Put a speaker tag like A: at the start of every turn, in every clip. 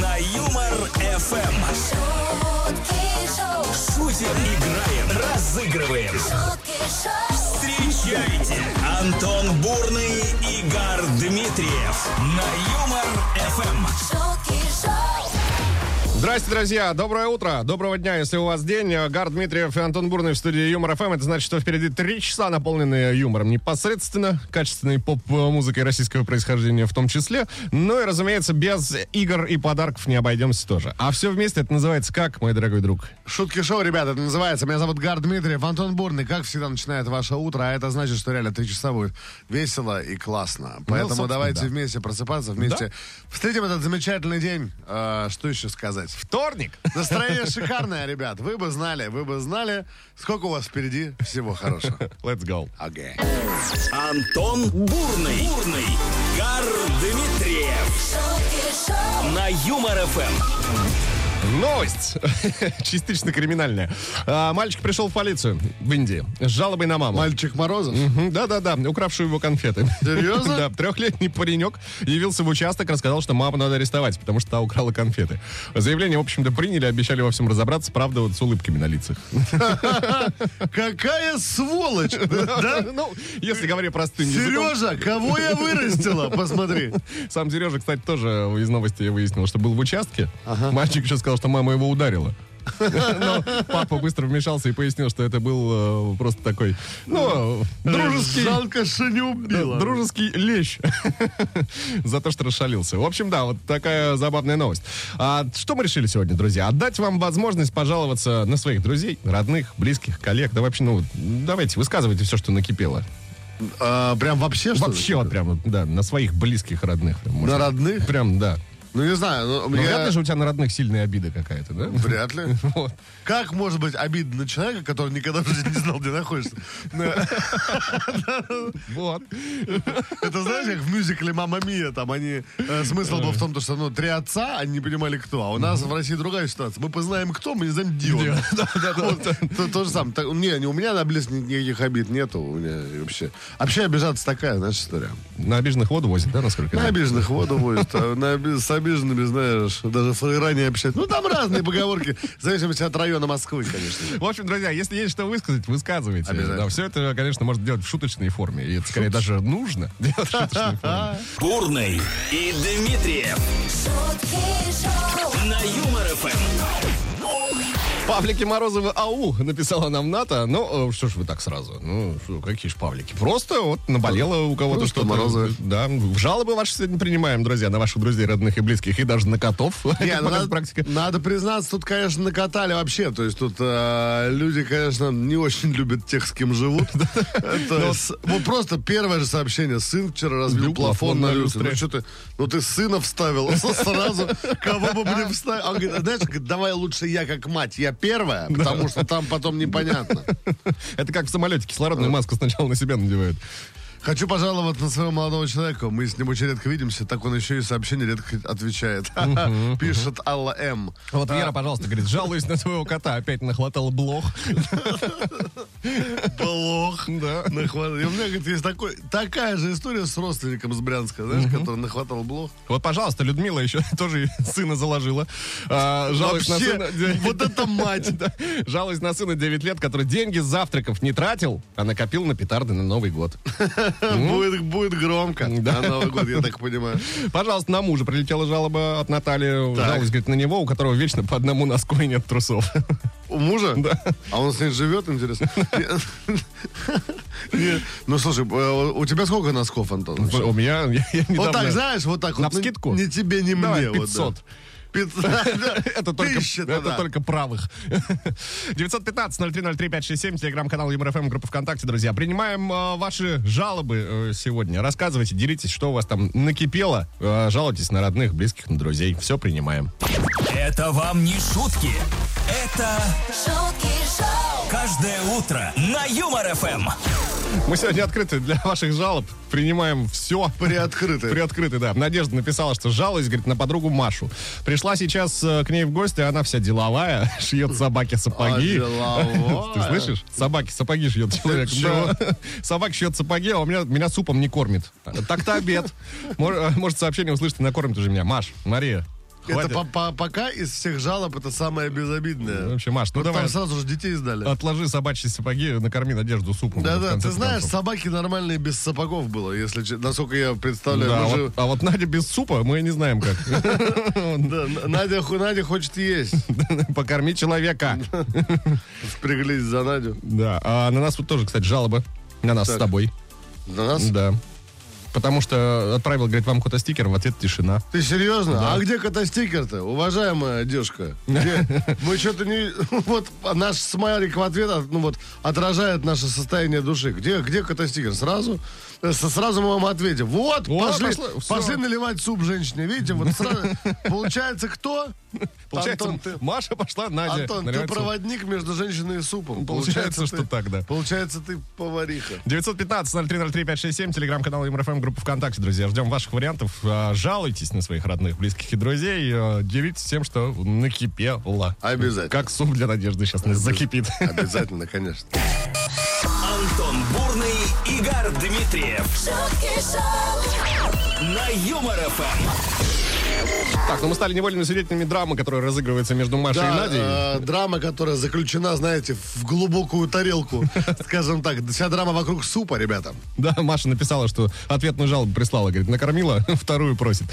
A: На Юмор ФМ. Шутим, играем, разыгрываем. Встречайте Антон Бурный, Игорь Дмитриев на Юмор Эм. ФМ.
B: Здрасте, друзья! Доброе утро! Доброго дня, если у вас день. Гар Дмитриев и Антон Бурный в студии Юмор ФМ. Это значит, что впереди три часа, наполненные юмором непосредственно, качественной поп-музыкой российского происхождения в том числе. Ну и, разумеется, без игр и подарков не обойдемся тоже. А все вместе это называется как, мой дорогой друг?
C: Шутки шоу, ребята, это называется. Меня зовут Гар Дмитриев, Антон Бурный. Как всегда начинает ваше утро, а это значит, что реально три часа будет весело и классно. Поэтому
B: Ну, собственно,
C: давайте
B: да.
C: вместе просыпаться, вместе встретим этот замечательный день. А, Что еще сказать?
B: Вторник!
C: Настроение шикарное, ребят. Вы бы знали, вы бы знали, сколько у вас впереди всего хорошего.
B: Let's go!
C: Окей.
A: Антон Бурный, Бурный, Гар Дмитриев на Юмор Эм. ФМ.
B: Новость! Частично криминальная. А, мальчик пришел в полицию в Индии с жалобой на маму.
C: Мальчик Морозов.
B: Мгм, Да-да-да, укравшую его конфеты.
C: Серьезно?
B: Да, трехлетний паренек явился в участок, рассказал, что маму надо арестовать, потому что та украла конфеты. Заявление, в общем-то, приняли, обещали во всем разобраться, правда, вот с улыбками на лицах.
C: Какая сволочь! Да?
B: Ну, если говоря простым языком.
C: Сережа, кого я вырастила? Посмотри.
B: Сам Сережа, кстати, тоже из новости выяснил, что был в участке. Мальчик еще сказал, что мама его ударила. Но папа быстро вмешался и пояснил, что это был э, просто такой, ну, дружеский
C: Жалко, что не убила.
B: Дружеский лещ. За то, что расшалился. В общем, да, вот такая забавная новость. А что мы решили сегодня, друзья? Отдать вам возможность пожаловаться на своих друзей, родных, близких, коллег. Да вообще, ну, давайте, высказывайте все, что накипело.
C: А, Прям вообще, что ли?
B: Вообще вот прям, вот, да, на своих близких, родных. прям,
C: На
B: можно.
C: родных?
B: Прям, да.
C: Ну, не знаю. ну,
B: Ну,
C: я-
B: вряд ли же у тебя на родных сильная обида какая-то, да?
C: Вряд ли.
B: Вот.
C: Как может быть обидно на человека, который никогда в жизни не знал, где Ну, находишься? Да.
B: Вот.
C: Это знаешь, как в мюзикле «Мамма Мия», там они... э, Смысл был в том, то, что, ну, три отца, они не понимали, кто. А у нас в России другая ситуация. Мы познаем, кто, мы не знаем, где он.
B: Да, да, да.
C: Вот, то- То же самое. Так, Не, не, у меня на близких никаких обид нету. У меня и вообще... Вообще обижаться такая, знаешь, история.
B: На обиженных воду возят, да, насколько я
C: На
B: знаю?
C: обиженных воду возят, а на оби- с обиженными, знаешь, даже в Иране общаются. Ну, там разные поговорки, в зависимости от района Москвы, конечно.
B: В общем, друзья, если есть что высказать, высказывайте.
C: Обязательно.
B: Да, все это, конечно, можно делать в шуточной форме. И это, скорее, даже нужно делать в шуточной форме.
A: Бурный и Дмитриев на Юмор Эм. ФМ.
B: Павлики Морозовы АУ написала нам НАТО. Ну, э, что ж вы так сразу? Ну, что, какие ж павлики? Просто вот наболело у кого-то
C: Просто
B: что-то.
C: Морозовы.
B: Да, в жалобы ваши сегодня принимаем, друзья, на ваших друзей, родных и близких, и даже на котов.
C: Не,
B: Это
C: ну,
B: пока
C: надо,
B: практика.
C: надо признаться, тут, конечно, накатали вообще. То есть тут э, люди, конечно, не очень любят тех, с кем живут.
B: Ну
C: То есть, Вот просто первое же сообщение. Сын вчера разбил
B: Люк,
C: плафон на люстре. Ну
B: люстре.
C: что ты, ну ты сына вставил сразу, кого бы мне вставил. А Он говорит, знаешь, говорит, давай лучше я как мать, я первая, потому что там потом непонятно.
B: Это как в самолете. Кислородную маску сначала на себя надевают.
C: Хочу пожаловаться на своего молодого человека. Мы с ним очень редко видимся, так он еще и сообщение редко отвечает. Пишет Алла М.
B: Вот Вера, пожалуйста, говорит, жалуюсь на своего кота. Опять нахватал блох.
C: А, Плох.
B: Да.
C: Нахватал. И у меня, говорит, есть такой, такая же история с родственником с Брянска, знаешь, который нахватал блох.
B: Вот, пожалуйста, Людмила еще тоже сына заложила. А, жалуюсь на
C: Вообще,
B: сына.
C: вот это мать.
B: Да. Жалуюсь на сына 9 лет, который деньги с завтраков не тратил, а накопил на петарды на Новый год.
C: Будет, будет громко
B: Да.
C: на Новый год, я так понимаю.
B: Пожалуйста, на мужа прилетела жалоба от Натальи.
C: Так.
B: Жалуюсь, говорит, на него, у которого вечно по одному носку и нет трусов.
C: У мужа? А он с ней живет, интересно? Нет. Ну, слушай, э, у тебя сколько носков, Антон?
B: У меня... я- я
C: Вот
B: недавно-
C: так, знаешь, вот так вот. ну,
B: Навскидку?
C: Не тебе, не мне.
B: Давай,
C: вот, да.
B: 500.
C: 500, да.
B: Это только,
C: Тысяча, да,
B: это
C: да.
B: только правых. 915-0303-567, телеграм-канал ЮморФМ, группа ВКонтакте, друзья. Принимаем э, ваши жалобы э, сегодня. Рассказывайте, делитесь, что у вас там накипело. Э, жалуйтесь на родных, близких, на друзей. Все принимаем.
A: Это вам не шутки. Это каждое утро на Юмор Эм. ФМ.
B: Мы сегодня открыты для ваших жалоб. Принимаем все.
C: Приоткрыты.
B: Приоткрыты, да. Надежда написала, что жалуюсь, говорит, на подругу Машу. Пришла сейчас э, к ней в гости, она вся деловая, шьет собаке сапоги.
C: А, деловая.
B: Ты слышишь? Собаки сапоги шьет человек.
C: чего?
B: Да. Собака шьет сапоги, а у меня, меня супом не кормит. Так-то обед. Мор- Может, сообщение услышит, и накормит уже меня. Маш, Мария,
C: Это
B: хватит.
C: по- по- пока из всех жалоб это самое безобидное.
B: Вообще, Маш, ну
C: Вот
B: давай.
C: Там сразу же детей сдали.
B: Отложи собачьи сапоги, накорми Надежду супом. в
C: Да-да,
B: конце
C: ты знаешь,
B: концов.
C: собаки нормальные без сапогов было, если че- насколько я представляю.
B: Да,
C: мы
B: а
C: же-
B: вот, а вот Надя без супа, мы не знаем как.
C: Да, Н- Надя, ху- Надя хочет есть.
B: Покорми человека.
C: Приглись за Надю.
B: Да, а на нас вот тоже, кстати, жалобы. На нас
C: Так.
B: с тобой.
C: На нас?
B: Да. Потому что отправил, говорит, вам кота стикер, в ответ тишина.
C: Ты серьезно? А где кота-стикер-то, уважаемая девушка? Где? Мы что-то не... Вот а наш смайлик в ответ ну, вот, отражает наше состояние души. Где, где кота-стикер? Сразу? Э, с- Сразу мы вам ответим. Вот,
B: О,
C: пошли,
B: пошло, всё.
C: пошли наливать суп женщине. Видите, вот сразу... Получается, кто?
B: Получается,
C: Антон, ты...
B: Маша пошла Надя.
C: Антон, ты
B: наливать суп.
C: проводник между женщиной и супом.
B: Получается, что
C: ты-
B: так, да.
C: Получается, ты повариха.
B: 915-0303-567, телеграм-канал МРФМ, группа ВКонтакте, друзья. Ждем ваших вариантов. А, Жалуйтесь на своих родных, близких и друзей. А, Делитесь тем, что накипело.
C: Обязательно.
B: Как суп для Надежды сейчас нас закипит.
C: Обязательно, конечно.
A: Антон Бурный, Игорь Дмитриев. На Юмор ФМ.
B: Так, ну мы стали невольными свидетелями драмы, которая разыгрывается между Машей и
C: Да,
B: Надей.
C: э, драма, которая заключена, знаете, в глубокую тарелку. Скажем так, вся драма вокруг супа, ребята.
B: Да, Маша написала, что ответную жалобу прислала. Говорит, накормила, вторую просит.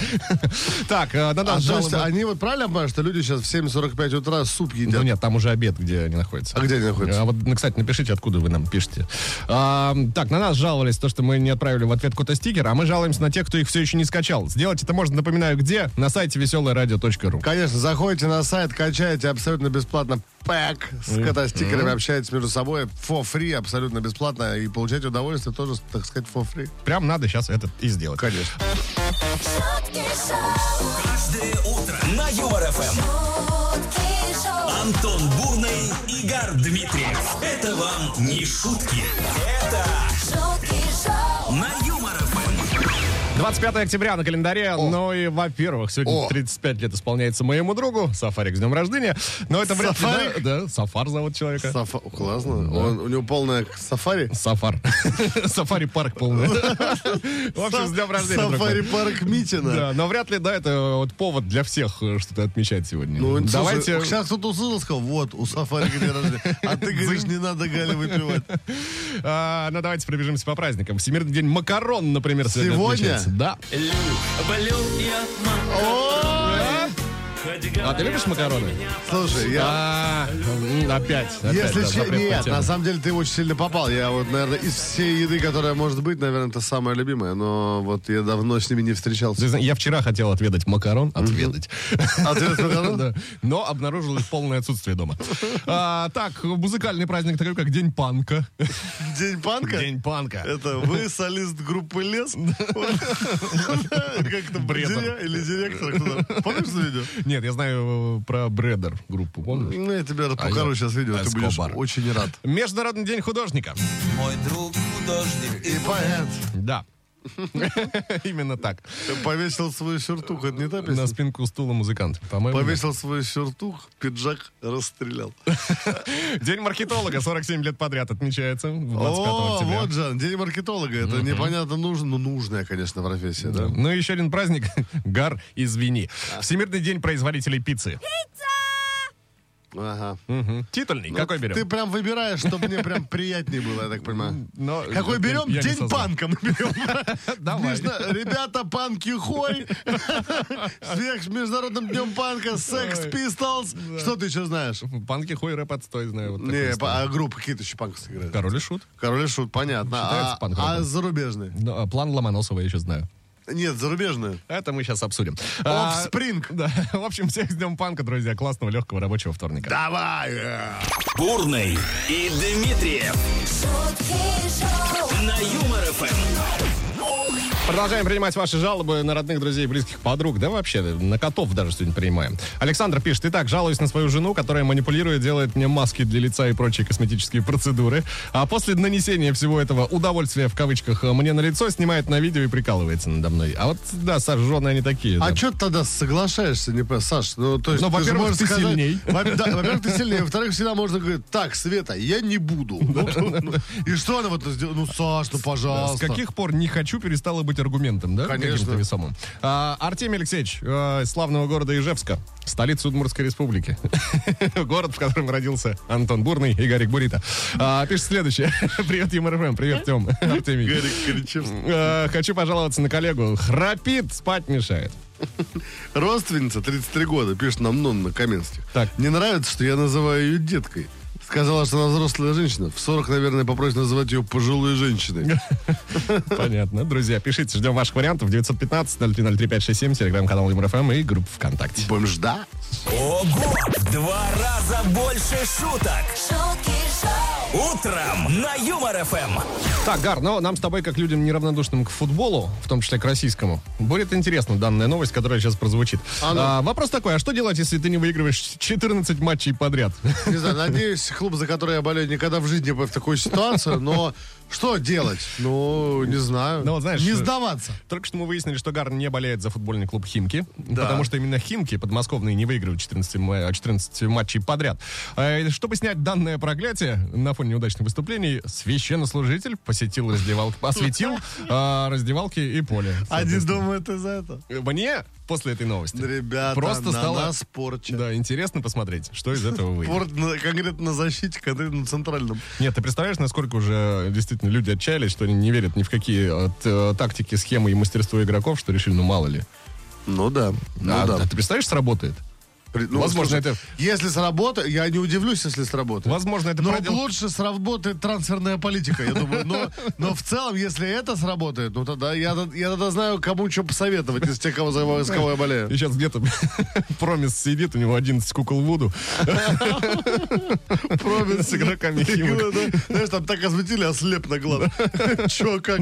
B: Так, э, на
C: А
B: нас
C: то есть
B: жалоба...
C: они вот правильно понимают, что люди сейчас в 7.45 утра суп
B: Ну
C: едят?
B: нет, там уже обед, где они находятся.
C: А где они находятся?
B: А вот, ну, кстати, напишите, откуда вы нам пишете. А, так, на нас жаловались, то, что мы не отправили в ответ кота стикер, а мы жалуемся на тех, кто их все еще не скачал. Сделать это можно, напоминаю, где? На сайте веселорадио.ру.
C: Конечно, заходите на сайт, качаете абсолютно бесплатно пэк с кота-стикерами, общаетесь между собой for free, абсолютно бесплатно, и получаете удовольствие тоже, так сказать, for free.
B: Прям надо сейчас это и сделать.
C: Конечно.
A: Каждое утро на Юмор ФМ. Антон Бурный, Игорь Дмитриев. Это вам не шутки. Это на Юмор ФМ.
B: 25 октября на календаре. Ну и, во-первых, сегодня
C: О.
B: 35 лет исполняется моему другу. Сафарик, с днем рождения. Но это вряд ли,
C: Сафарик?
B: Да, да, Сафар зовут человека.
C: Сафа- Классно. Он- у него полное сафари.
B: Сафар. Сафари-парк полный. В общем, с днем рождения, друг мой.
C: Сафари-парк Митина.
B: Да, но вряд ли, да, это вот повод для всех э, что-то отмечать сегодня.
C: Ну,
B: Давайте...
C: сейчас кто-то услышал, сказал, вот, у сафари день рождения. А ты говоришь, не надо Галя выпивать.
B: а, ну, давайте пробежимся по праздникам. Всемирный день макарон, например, сегодня,
C: Сегодня?
B: отмечается. Да.
A: Люблю я
B: А ты любишь макароны?
C: Слушай, я...
B: А, м, опять. опять,
C: Если
B: да,
C: че-
B: запретная
C: нет,
B: тема.
C: на самом деле ты очень сильно попал. Я вот, наверное, из всей еды, которая может быть, наверное, это самая любимая. Но вот я давно с ними не
B: Ты
C: встречался. А
B: зна- Я вчера хотел отведать макарон, отведать.
C: Ответ макарон?
B: Да. Но обнаружил их полное отсутствие дома. А, Так, музыкальный праздник такой, как День панка.
C: День панка?
B: День панка.
C: Это вы солист группы Лес? Как-то
B: Бредер.
C: дирек- или директор. кто-то. Помнишь это видео?
B: Нет, я знаю э, про Бредер группу, помнишь?
C: Ну, я тебя покажу
B: А я-
C: сейчас видео, а ты будешь
B: Эскобар.
C: очень рад.
B: Международный день художника.
A: мой друг художник
C: И поэт
B: Да. Именно так.
C: повесил свой сюртук. Это не та песня?
B: На спинку стула музыкант. По-моему,
C: Повесил свой сюртук, пиджак расстрелял.
B: нет. День маркетолога 47 лет подряд отмечается. 25
C: О,
B: октября.
C: вот же, он, день маркетолога. Это непонятно нужно, но нужная, конечно, профессия, да?
B: Ну и еще один праздник. Гар, извини. Всемирный день производителей пиццы.
C: Ага.
B: Мгм. Титульный. Ну, Какой берем?
C: Ну, Ты прям выбираешь, чтобы мне прям приятнее было, я так понимаю.
B: Но-
C: Какой
B: Ну, я-
C: берем?
B: я не
C: День
B: создал.
C: панка мы берем.
B: Давай.
C: Между- Ребята, панки хой. Всех с Международным днем панка, Sex Pistols. Что ты еще знаешь?
B: Панки хой рэп отстой, знаю. Вот такой
C: Не,
B: стиль.
C: а группы какие-то еще панков сыграют.
B: Король и шут.
C: Король и шут, понятно.
B: Считается
C: А-
B: панк-роком.
C: А зарубежные?
B: Ну, а план Ломоносова я еще знаю.
C: Нет, зарубежные.
B: Это мы сейчас обсудим. А,
C: Offspring.
B: Да, в общем, всех с Днем Панка, друзья. Классного, легкого, рабочего вторника.
C: Давай! э.
A: Бурный и Дмитриев на Юмор ФМ.
B: Продолжаем принимать ваши жалобы на родных, друзей, близких, подруг. Да вообще, на котов даже сегодня принимаем. Александр пишет. Итак, жалуюсь на свою жену, которая манипулирует, делает мне маски для лица и прочие косметические процедуры. А после нанесения всего этого удовольствия, в кавычках, мне на лицо, снимает на видео и прикалывается надо мной. А вот, да, сожженные они такие.
C: А
B: да.
C: что ты тогда соглашаешься, не по- Саш? Ну, то есть,
B: Ну,
C: же
B: во-первых,
C: можешь
B: ты
C: сказать-
B: сильней.
C: Во- да, во-первых, ты сильнее. Во-вторых, всегда можно говорить, так, Света, я не буду. Ну, ну, И что она вот сделала? Ну, Саш, ну, пожалуйста.
B: С каких пор не хочу перестало быть аргументом, да?
C: Конечно.
B: Каким-то весомым. А, Артемий Алексеевич, э, из славного города Ижевска, столица Удмуртской республики. Город, в котором родился Антон Бурный и Гарик Бурита. А, Пишет следующее. Привет, ЮМРФМ. Привет, Тем. Артемий.
C: Гарик Кричевский.
B: Э, Хочу пожаловаться на коллегу. Храпит, спать мешает.
C: Родственница, 33 года, пишет нам Нонна Каменских.
B: Так.
C: Не нравится, что я называю ее деткой. Сказала, что она взрослая женщина. В 40, наверное, попросит называть ее пожилой женщиной.
B: Понятно. Друзья, пишите, ждем ваших вариантов. 915-0303-567, телеграм-канал ЮМРФМ и группа ВКонтакте.
C: Бомжда.
A: Ого! В Два раза больше шуток.
D: шутки шоу,
A: Утром на Юмор ФМ.
B: Так, Гар, но нам с тобой, как людям неравнодушным к футболу, в том числе к российскому, будет интересна данная новость, которая сейчас прозвучит.
C: А ну.
B: А, вопрос такой, а что делать, если ты не выигрываешь 14 матчей подряд?
C: Не знаю, надеюсь, клуб, за который я болею, никогда в жизни не попадет в такую ситуацию, но что делать? Ну, не знаю.
B: Ну, вот знаешь,
C: не сдаваться.
B: Только что мы выяснили, что Гар не болеет за футбольный клуб «Химки», потому что именно «Химки» подмосковные не выигрывают 14, ма- 14 матчей подряд. А, и Чтобы снять данное проклятие на фоне неудачных выступлений, священнослужитель посетил раздевалки, осветил а, раздевалки и поле.
C: Один думает из-за этого.
B: Мне после этой новости
C: Ребята,
B: просто
C: на
B: стало
C: нас порча.
B: Да, интересно посмотреть, что из этого выйдет.
C: Порт на- конкретно на защите, конкретно на центральном.
B: Нет, ты представляешь, насколько уже э, действительно люди отчаялись, что они не верят ни в какие э, т- э, тактики, схемы и мастерство игроков, что решили, ну мало ли.
C: Ну да. Ну
B: А,
C: да.
B: а ты представляешь, сработает?
C: При- ну,
B: Возможно,
C: слушай,
B: это-
C: Если сработает, я не удивлюсь, если сработает.
B: Возможно, это
C: но
B: продел-
C: лучше сработает трансферная политика, я думаю. Но, но в целом, если это сработает, ну тогда я, я тогда знаю, кому что посоветовать из тех, кого, за- с кого я болею.
B: И сейчас где-то Промис сидит, у него 11 кукол Вуду. Промис с игроками Химок.
C: Знаешь, там так осветили, ослеп на глаз. Че, как?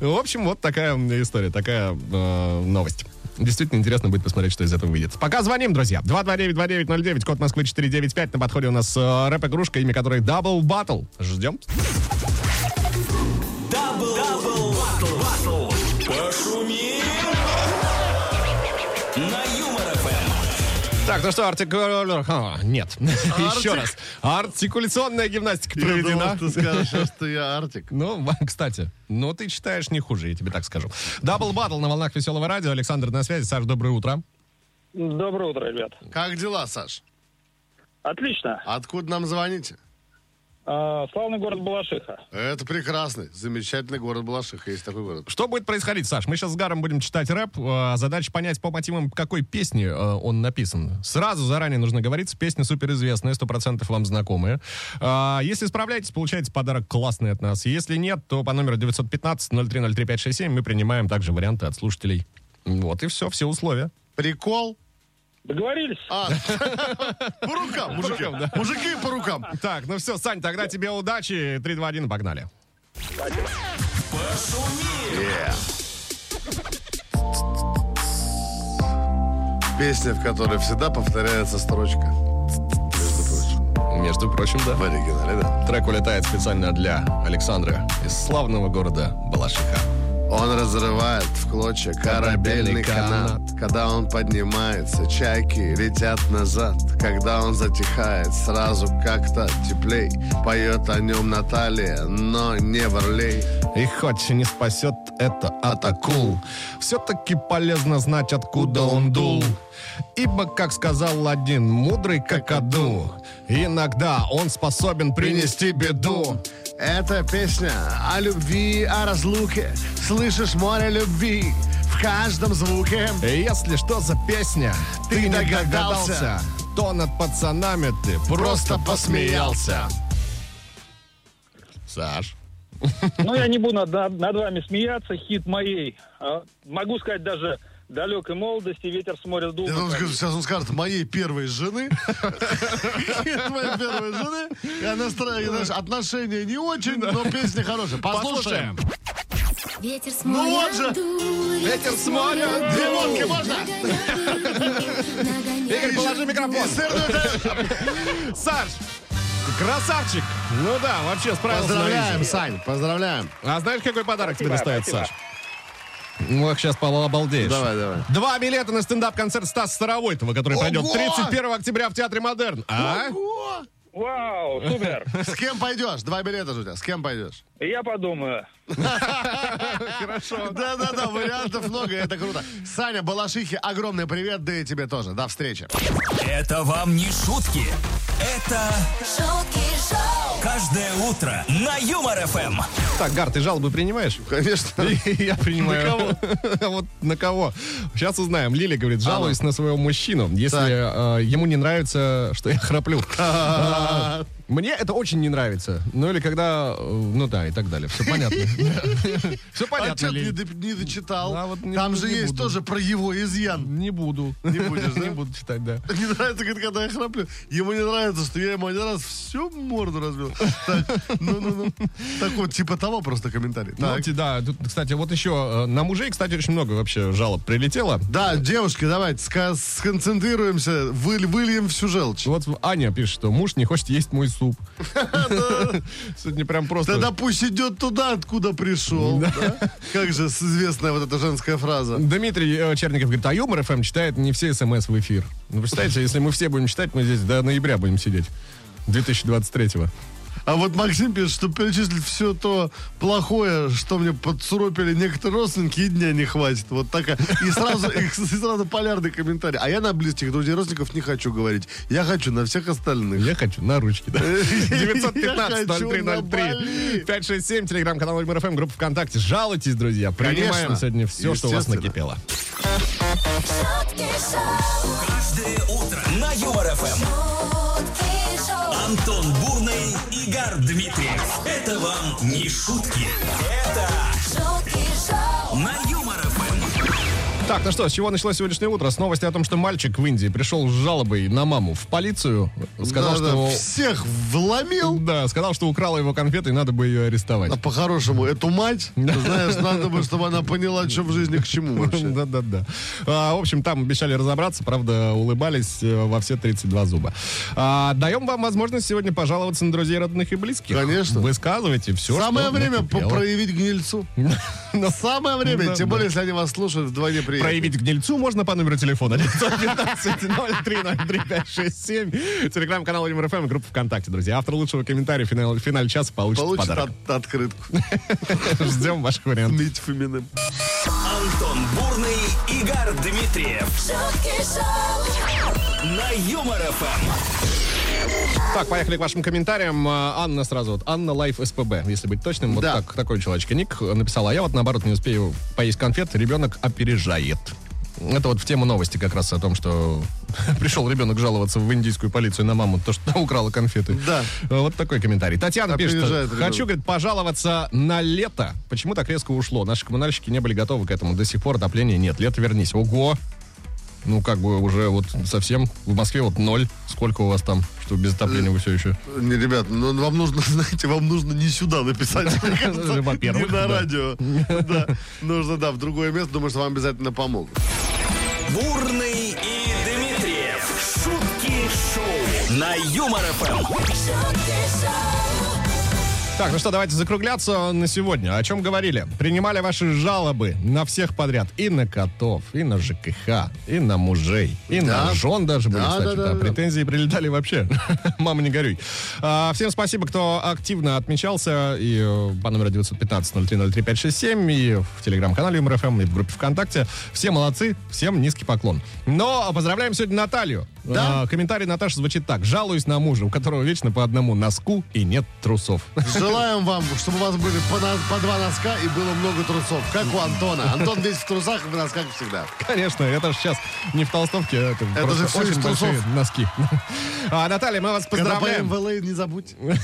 B: В общем, вот такая история, такая э, новость. Действительно интересно будет посмотреть, что из этого выйдет. Пока звоним, друзья. 229-2909, код Москвы 495. На подходе у нас э, рэп-игрушка, имя которой Double Battle. Ждем.
A: Дабл, дабл, батл, батл. Пошумим. На Юмор Эм. ФМ.
B: Так, ну что, артик... а, Нет, еще раз. Артикуляционная гимнастика
C: Я
B: проведена.
C: думал, ты скажешь, «А что я Артик.
B: Ну, ва- кстати, ну ты читаешь не хуже, я тебе так скажу. Дабл Баттл на волнах Веселого радио. Александр на связи. Саш, доброе утро.
E: Доброе утро, ребят.
C: Как дела, Саш?
E: Отлично.
C: Откуда нам звоните?
E: А, славный город Балашиха.
C: Это прекрасный, замечательный город Балашиха. Есть такой город.
B: Что будет происходить, Саш? Мы сейчас с Гаром будем читать рэп. а, Задача понять по мотивам, какой песни э, он написан. Сразу заранее нужно говорить, песня суперизвестная, 100% вам знакомая. А, Если справляетесь, получаете подарок классный от нас. Если нет, то по номеру 915-0303-567 мы принимаем также варианты от слушателей. Вот и все, все условия.
C: Прикол?
E: Договорились?
C: А, по рукам, мужики.
B: рукам, да.
C: Мужики по рукам.
B: Так, ну все, Сань, тогда тебе удачи. 3, 2, 1, погнали.
C: Песня, в которой всегда повторяется строчка. Между прочим.
B: Между прочим, да.
C: В оригинале, да.
B: Трек улетает специально для Александра из славного города Балашиха.
C: Он разрывает в клочья
B: Корабельный
C: корабельный
B: канат.
C: канат. Когда он поднимается, чайки летят назад. Когда он затихает, сразу как-то теплей. Поет о нем Наталья, но не Варлей.
B: И хоть не спасет это от акул, все-таки полезно знать, откуда он дул. Ибо, как сказал один мудрый какаду, иногда он способен принести беду.
C: Это песня о любви, о разлуке. Слышишь море любви в каждом звуке.
B: И если что за песня, ты,
C: Ты
B: не
C: догадался.
B: догадался, то над пацанами ты просто
C: Просто посмеялся.
B: посмеялся. Саш.
E: Ну, я не буду над, над- над вами смеяться. Хит моей. а, могу сказать даже далекой молодости. Ветер с моря дул.
C: Я думаю, скажу, сейчас он скажет моей первой жены. Моей первой жены. И она стра- и, знаешь, отношения не очень, но песня хорошая. Послушаем.
F: Ветер с
C: Ну
F: моря
C: вот же.
F: дует.
B: Ветер с моря.
C: Две водки можно?
B: Игорь, положи микрофон.
C: И сырную тарелку.
B: Саш, красавчик. Ну да, вообще справился.
C: Поздравляем,
B: на визе.
C: Сань, поздравляем.
B: А знаешь, какой подарок тебе
E: Спасибо,
B: доставит,
E: спасибо.
B: Саш? Ну, как сейчас Павел обалдеешь.
C: Давай, давай.
B: Два билета на стендап-концерт Стаса Старовойтова, который пройдет
C: Ого!
B: 31 октября в Театре Модерн. А?
C: Ого!
E: Вау, супер.
C: С кем пойдешь? Два билета же у тебя. С кем пойдешь?
E: Я подумаю.
B: Хорошо.
C: Да-да-да, вариантов много, это круто. Саня Балашихи, огромный привет, да и тебе тоже. До встречи.
A: Это вам не шутки. Это
D: шутки шоу,
A: каждое утро на Юмор ФМ.
B: Так, Гар, ты жалобы принимаешь?
C: Конечно.
B: Я принимаю. кого? А ну. Вот на кого? Сейчас узнаем. Лили говорит, жалуюсь на своего мужчину, если э, ему не нравится, что я храплю. А, Мне это очень не нравится. Ну или когда, э, ну да, и так далее. Все понятно. Все понятно,
C: Отчет А не,
B: Лиль.
C: до- не дочитал.
B: Да, вот не-
C: Там же
B: не
C: есть
B: буду.
C: тоже про его изъян.
B: Не буду.
C: Не будешь, да?
B: Не буду читать, да.
C: Не нравится, говорит, когда я храплю. Ему не нравится, что я ему один раз всю морду разбил. Так, ну-ну-ну. Так вот, типа того просто комментарий.
B: Ну,
C: Так.
B: ти- да, тут, кстати, вот еще э, на мужей, кстати, очень много вообще жалоб прилетело.
C: Да, девушки, давайте ска- сконцентрируемся, выль- выльем всю желчь.
B: Вот Аня пишет, что муж не хочет есть мой суп. Сегодня прям просто...
C: Тогда пусть идет туда, откуда пришел. да? Как же с- известная вот эта женская фраза.
B: Дмитрий э, Черников говорит, а юмор ФМ читает не все смс в эфир. Ну, представляете, если мы все будем читать, мы здесь до ноября будем сидеть. 2023-го.
C: А вот Максим пишет, что перечислить все то плохое, что мне подсуропили некоторые родственники, и дня не хватит. Вот такая. И сразу, и сразу полярный комментарий. А я на близких друзей родственников не хочу говорить. Я хочу на всех остальных.
B: Я хочу на ручки, да.
C: Я хочу на
B: 915-0303.
C: Бали.
B: 567, телеграм-канал Юмор ФМ, группа ВКонтакте. Жалуйтесь, друзья. Принимаем
C: Конечно.
B: сегодня все, что у вас
C: Естественно.
B: накипело.
D: шутки шоу,
A: Каждое утро на Юмор ФМ.
D: шутки шоу,
A: Антон Бурный, Игорь Дмитриев. Это вам не шутки. Это
D: шутки шоу,
A: на Юмор ФМ.
B: Так, ну что, с чего началось сегодняшнее утро? С новости о том, что мальчик в Индии пришел с жалобой на маму в полицию. Сказал,
C: Да-да,
B: что...
C: всех вломил.
B: Да, сказал, что украла его конфеты и надо бы ее арестовать.
C: А по-хорошему, эту мать, ты знаешь, надо бы, чтобы она поняла, что в жизни к чему вообще.
B: Да-да-да. А, В общем, там обещали разобраться, правда, улыбались э, во все 32 зуба. А, Даем вам возможность сегодня пожаловаться на друзей, родных и близких.
C: Конечно.
B: Высказывайте все,
C: Самое
B: что
C: время по-
B: накипело.
C: проявить гнильцу.
B: Но
C: Самое
B: Ну.
C: время,
B: Да,
C: тем
B: да.
C: более, если они вас слушают, вдвойне приятно.
B: Проявить гнильцу можно по номеру телефона 915-0303-567. Телеграм-канал МРФМ, группа ВКонтакте, друзья. Автор лучшего комментария в финале, в финале часа получит,
C: Получит
B: подарок.
C: от- открытку.
B: Ждем ваших вариантов.
C: Мить Фоминым.
A: Антон Бурный, Игорь Дмитриев.
D: шутки шоу,
A: На Юмор ФМ.
B: Так, поехали к вашим комментариям. А, Анна сразу вот. Анна Лайф СПБ, если быть точным. Вот
C: Да.
B: так, такой человечек ник написала. А я вот наоборот не успею поесть конфет, ребенок опережает. Это вот в тему новости как раз о том, что пришел ребенок жаловаться в индийскую полицию на маму, то, что она украла конфеты. А,
C: Да.
B: Вот такой комментарий. Татьяна пишет,
C: Опережает
B: что,
C: ребенок.
B: хочу, говорит, пожаловаться на лето. Почему так резко ушло? Наши коммунальщики не были готовы к этому. До сих пор отопления нет. Лето вернись. Ого! Ну, как бы уже вот совсем в Москве вот ноль. Сколько у вас там, что без отопления вы все еще?
C: Не, ребят, ну вам нужно, знаете, вам нужно не сюда написать, мне кажется,
B: Во-первых,
C: не на
B: да.
C: радио. Да, нужно, да, в другое место, думаю, что вам обязательно помогут.
A: Бурный и Дмитриев. Шутки шоу. На Юмор ФМ.
D: шутки шоу,
B: Так, ну что, давайте закругляться на сегодня. О чем говорили? Принимали ваши жалобы на всех подряд. И на котов, и на ЖКХ, и на мужей, и на
C: Да.
B: жен даже были,
C: Да,
B: кстати.
C: да, да,
B: да.
C: да.
B: Претензии прилетали вообще. Мама, не горюй. А, всем спасибо, кто активно отмечался. И э, по номеру 915-0303-567, и в телеграм-канале МРФМ, и в группе ВКонтакте. Все молодцы, всем низкий поклон. Но поздравляем сегодня Наталью.
C: Да.
B: А, комментарий Наташи звучит так. Жалуюсь на мужа, у которого вечно по одному носку и нет трусов.
C: Желаем вам, чтобы у вас были по, на- по два носка и было много трусов, как у Антона. Антон весь в трусах и в носках всегда.
B: Конечно, это же сейчас не в толстовке, а это, просто
C: же всё
B: очень
C: из трусов.
B: большие носки. А, Наталья, мы вас
C: Когда
B: поздравляем.
C: поем в LA, не забудь.
B: Нет,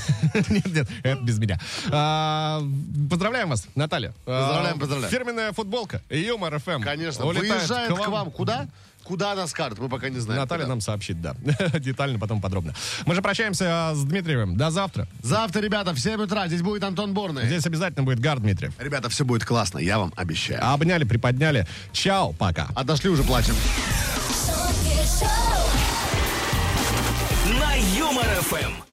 B: нет, это без меня. А, Поздравляем вас, Наталья. А,
C: Поздравляем, поздравляем.
B: Фирменная футболка, юмор ФМ.
C: Конечно,
B: улетает
C: выезжает к вам. Куда? Куда нас карт, мы пока не знаем.
B: Наталья
C: Куда.
B: нам сообщит, да. Детально, потом подробно. Мы же прощаемся а, с Дмитриевым. До завтра.
C: Завтра, ребята, в 7 утра здесь будет Антон Борный.
B: Здесь обязательно будет Гар Дмитриев.
C: Ребята, все будет классно, я вам обещаю.
B: Обняли, приподняли. Чао, пока.
C: Отошли уже плачем.
D: шутки шоу
A: На Юмор ФМ.